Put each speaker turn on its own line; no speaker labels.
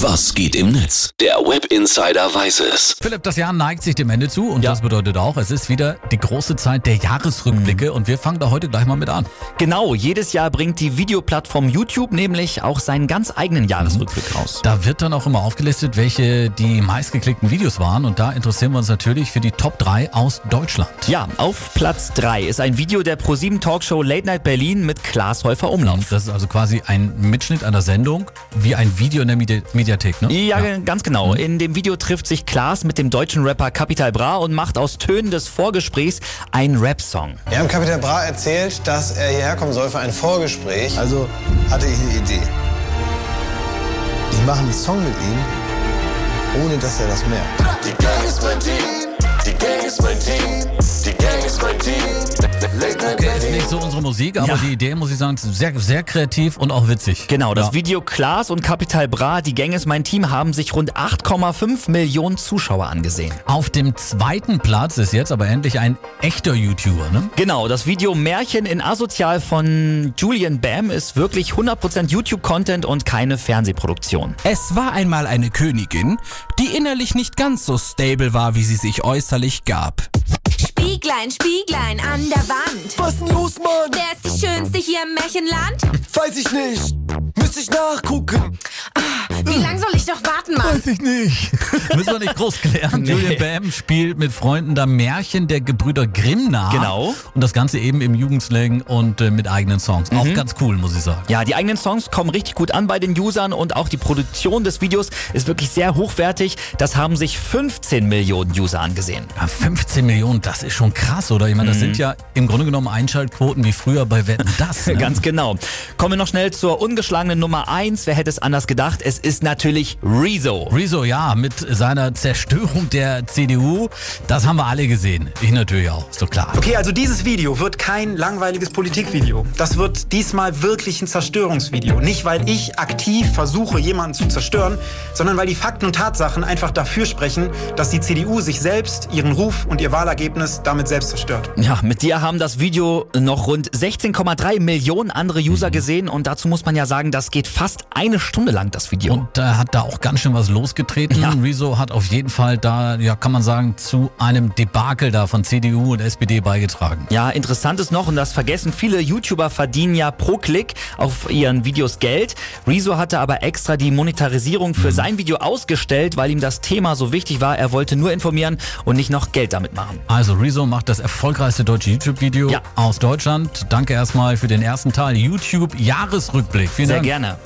Was geht im Netz? Der Web Insider weiß es.
Philipp, das Jahr neigt sich dem Ende zu und
Ja.
das bedeutet auch, es ist wieder die große Zeit der Jahresrückblicke
Mhm.
und wir fangen da heute gleich mal mit an.
Genau, jedes Jahr bringt die Videoplattform YouTube nämlich auch seinen ganz eigenen Jahresrückblick raus.
Da wird dann auch immer aufgelistet, welche die meistgeklickten Videos waren und da interessieren wir uns natürlich für die Top 3 aus Deutschland.
Ja, auf Platz 3 ist ein Video der ProSieben Talkshow Late Night Berlin mit Klaas Häufer Umlauf.
Das ist also quasi ein Mitschnitt einer Sendung, wie ein Video in der Medi Mediathek, ne?
Ja, ganz genau. In dem Video trifft sich Klaas mit dem deutschen Rapper Capital Bra und macht aus Tönen des Vorgesprächs einen Rap-Song.
Wir haben Kapitän Bra erzählt, dass er hierher kommen soll für ein Vorgespräch.
Also hatte ich eine Idee. Ich mache einen Song mit ihm, ohne dass er das merkt.
Die Gang ist mein Team. Die Gang ist mein Team. Die Gang ist mein Team. Late Night
Ist
Berlin.
nicht so unsere Musik, aber
Ja.
die Idee, muss ich sagen, ist sehr, sehr kreativ und auch witzig.
Genau, das
Ja.
Video Klaas und Capital Bra, die Gang ist mein Team, haben sich rund 8,5 Millionen Zuschauer angesehen.
Auf dem zweiten Platz ist jetzt aber endlich ein echter YouTuber, ne?
Genau, das Video Märchen in Asozial von Julian Bam ist wirklich 100% YouTube-Content und keine Fernsehproduktion.
Es war einmal eine Königin, die innerlich nicht ganz so stable war, wie sie sich äußerlich gab.
Spieglein, Spieglein an der Wand.
Was denn los, Mann?
Wer ist die Schönste hier im Märchenland?
Weiß ich nicht. Müsste ich nachgucken.
Ah, Wie lang soll ich doch warten, Mann?
ich nicht. Müssen wir nicht groß klären. Julian Bam spielt mit Freunden da Märchen der Gebrüder Grimm nach.
Genau.
Und das Ganze eben im Jugendslang und äh, mit eigenen Songs.
Mhm.
Auch ganz cool, muss ich sagen.
Ja, die eigenen Songs kommen richtig gut an bei den Usern und auch die Produktion des Videos ist wirklich sehr hochwertig. Das haben sich 15 Millionen User angesehen.
Ja, 15 Millionen, das ist schon krass, oder? Ich meine,
Mhm.
das sind ja im Grunde genommen Einschaltquoten wie früher bei Wetten, das. Ne?
Ganz genau. Kommen wir noch schnell zur ungeschlagenen Nummer 1. Wer hätte es anders gedacht? Es ist natürlich Rezo.
Rezo, ja, mit seiner Zerstörung der CDU, das haben wir alle gesehen. Ich natürlich auch, ist doch klar.
Okay, also dieses Video wird kein langweiliges Politikvideo. Das wird diesmal wirklich ein Zerstörungsvideo. Nicht, weil ich aktiv versuche, jemanden zu zerstören, sondern weil die Fakten und Tatsachen einfach dafür sprechen, dass die CDU sich selbst, ihren Ruf und ihr Wahlergebnis damit selbst zerstört.
Ja, mit dir haben das Video noch rund 16,3 Millionen andere User gesehen und dazu muss man ja sagen, das geht fast eine Stunde lang, das Video.
Und da hat da auch ganz schön was losgetreten.
Ja.
Rezo hat auf jeden Fall da, ja, kann man sagen, zu einem Debakel da von CDU und SPD beigetragen.
ja, interessant ist noch, und das vergessen viele YouTuber verdienen ja pro Klick auf ihren Videos Geld. Rezo hatte aber extra die Monetarisierung für sein Video ausgestellt, weil ihm das Thema so wichtig war. Er wollte nur informieren und nicht noch Geld damit machen.
Also Rezo macht das erfolgreichste deutsche YouTube-Video
Ja.
aus Deutschland. Danke erstmal für den ersten Teil YouTube Jahresrückblick. Vielen
Sehr
Dank.
gerne.